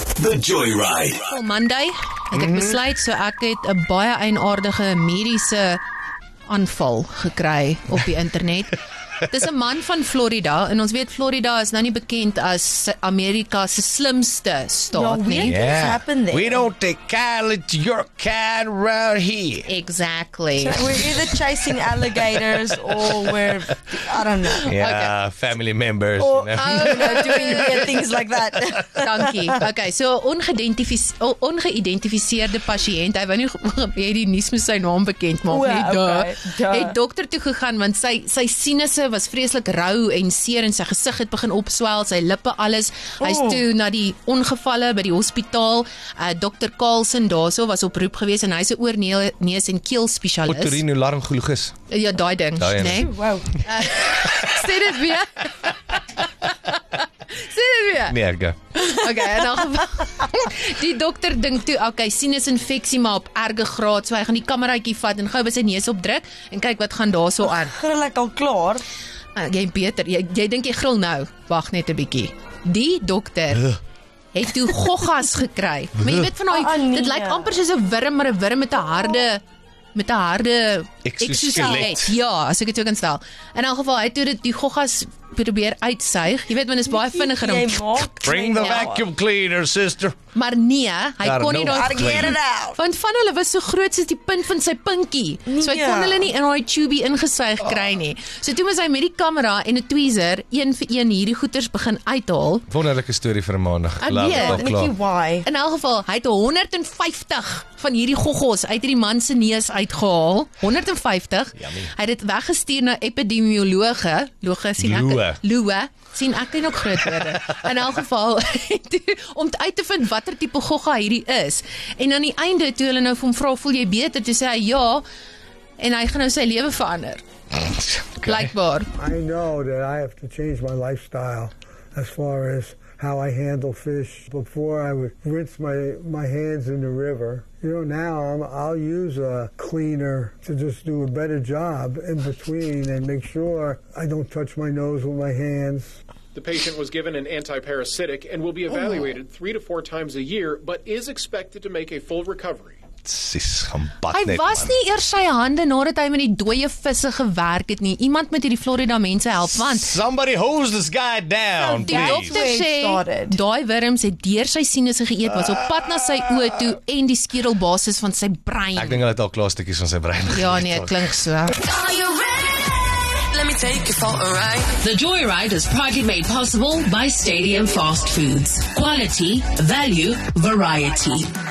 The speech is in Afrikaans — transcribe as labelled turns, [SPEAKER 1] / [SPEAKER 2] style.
[SPEAKER 1] The Joyride.
[SPEAKER 2] Vol Monday. Ek het besluit so ek het 'n baie eienaardige mediese aanval gekry op die internet. Dis 'n man van Florida en ons weet Florida is nou nie bekend as Amerika se slimste staat
[SPEAKER 3] weird.
[SPEAKER 2] nie.
[SPEAKER 3] Yeah. happened there?
[SPEAKER 4] We don't take kindly to your kind around here.
[SPEAKER 2] Exactly.
[SPEAKER 3] We're either chasing alligators or we're, I don't know.
[SPEAKER 4] Yeah, Ja, family members.
[SPEAKER 2] Oh,
[SPEAKER 3] Or,
[SPEAKER 2] ah,
[SPEAKER 4] you know.
[SPEAKER 3] you know, doing weird things like that.
[SPEAKER 2] Dankie. Okay, so ongeïdentifiseerde oh, ongeïdentifiseerde pasiënt. Hy wou nie jy die nuus met sy naam bekend maak
[SPEAKER 3] O,
[SPEAKER 2] nie. Duh.
[SPEAKER 3] okay, duh.
[SPEAKER 2] Het dokter toe gegaan want sy sy sinusse was vreeslik rou en seer en sy gesig het begin opswel, sy lippe alles. Hy's
[SPEAKER 3] O.
[SPEAKER 2] toe na die ongevalle by die hospitaal. Uh, dokter Carlsen daarso was op roep gewees en hy's 'n oorneus en keel spesialis.
[SPEAKER 4] Otorinolaryngologus.
[SPEAKER 2] Ja, daai ding,
[SPEAKER 4] Daai
[SPEAKER 2] né? Nee?
[SPEAKER 4] een.
[SPEAKER 3] wow.
[SPEAKER 2] Sê dit weer. Sê dit weer.
[SPEAKER 4] Nee, ek.
[SPEAKER 2] Okay, in elk geval. Die dokter dink toe, okay, sinusinfeksie maar op erge graad, so hy gaan die kameraitjie vat en gou by sy neus opdruk en kyk wat gaan daarso aan.
[SPEAKER 3] Gril ek al klaar.
[SPEAKER 2] Ah, jy beter, jy, jy dink jy gril nou. Wag net 'n bietjie. Die dokter het toe goggas gekry. Maar jy weet van daai
[SPEAKER 3] Ah, nee.
[SPEAKER 2] dit lyk amper soos 'n wurm, maar 'n wurm met 'n harde met 'n harde
[SPEAKER 4] Exoskelet.
[SPEAKER 2] exoskelet. Ja, as ek dit so kan stel. In elk geval, hy het toe dit die goggas probeer uitsuig. Jy weet want dit is baie vinniger
[SPEAKER 3] Jy
[SPEAKER 2] om
[SPEAKER 3] maak
[SPEAKER 4] Bring
[SPEAKER 2] Ja.
[SPEAKER 4] the
[SPEAKER 3] my nou.
[SPEAKER 4] vacuum cleaner, sister.
[SPEAKER 2] Maar nee, hy
[SPEAKER 4] Daar,
[SPEAKER 2] kon nie
[SPEAKER 4] nou
[SPEAKER 2] daai
[SPEAKER 3] Gotta get it out.
[SPEAKER 2] Want van hulle was so groot soos die punt van sy pinkie. So hy kon
[SPEAKER 3] Nee.
[SPEAKER 2] hulle nie in daai tubie ingesuig kry nie. So toe moes hy met die kamera en 'n tweezer een vir een hierdie goeters begin uithaal.
[SPEAKER 4] Wonderlike storie vir 'n maandag.
[SPEAKER 2] Ek
[SPEAKER 4] Laat
[SPEAKER 2] weet,
[SPEAKER 4] dit
[SPEAKER 2] Nikki,
[SPEAKER 4] klaar.
[SPEAKER 3] Nikkie, why?
[SPEAKER 2] In elk geval, hy het 150 van hierdie goggos uit hierdie man se neus uitgehaal. 150.
[SPEAKER 4] Yummy.
[SPEAKER 2] Hy het dit weggestuur na epidemiologe, loge sien
[SPEAKER 4] Loe.
[SPEAKER 2] ek. Loe sien ek ken ook groot woorde. In elk geval toe, om uit te vind watter tipe gogga hierdie is. En aan die einde toe hulle nou vir hom vra, "Voel jy beter?" toe sê hy, "Ja." En hy gaan nou sy lewe verander. Blykbaar.
[SPEAKER 5] I know that I have to change my lifestyle as far as how I handle fish. Before I would rinse my my hands in the river. You know, now I'm, I'll use a cleaner to just do a better job in between and make sure I don't touch my nose with my hands.
[SPEAKER 6] The patient was given an antiparasitic and will be evaluated three to four times a year, but is expected to make a full recovery.
[SPEAKER 4] Sis, gaan bad
[SPEAKER 2] Hy
[SPEAKER 4] net.
[SPEAKER 2] was
[SPEAKER 4] man.
[SPEAKER 2] nie eers sy hande nadat hy met die dooie visse gewerk het nie. Iemand moet hierdie Florida mense help want Ja,
[SPEAKER 4] Somebody hose this guy down,
[SPEAKER 2] die
[SPEAKER 4] please.
[SPEAKER 2] dokter
[SPEAKER 3] where it
[SPEAKER 2] sê
[SPEAKER 3] started.
[SPEAKER 2] daai wurms het deur sy sinusse geëet, was op pad na sy oë toe en die skedelbasis van sy
[SPEAKER 4] Ek
[SPEAKER 2] brein.
[SPEAKER 4] dink hulle het al klaar stukkies van sy brein.
[SPEAKER 2] Ja nee, dit klink so.
[SPEAKER 7] Are you ready? Let me take you for a ride.
[SPEAKER 8] The Joyride is proudly made possible by Stadium Fast Foods. Quality, value, variety.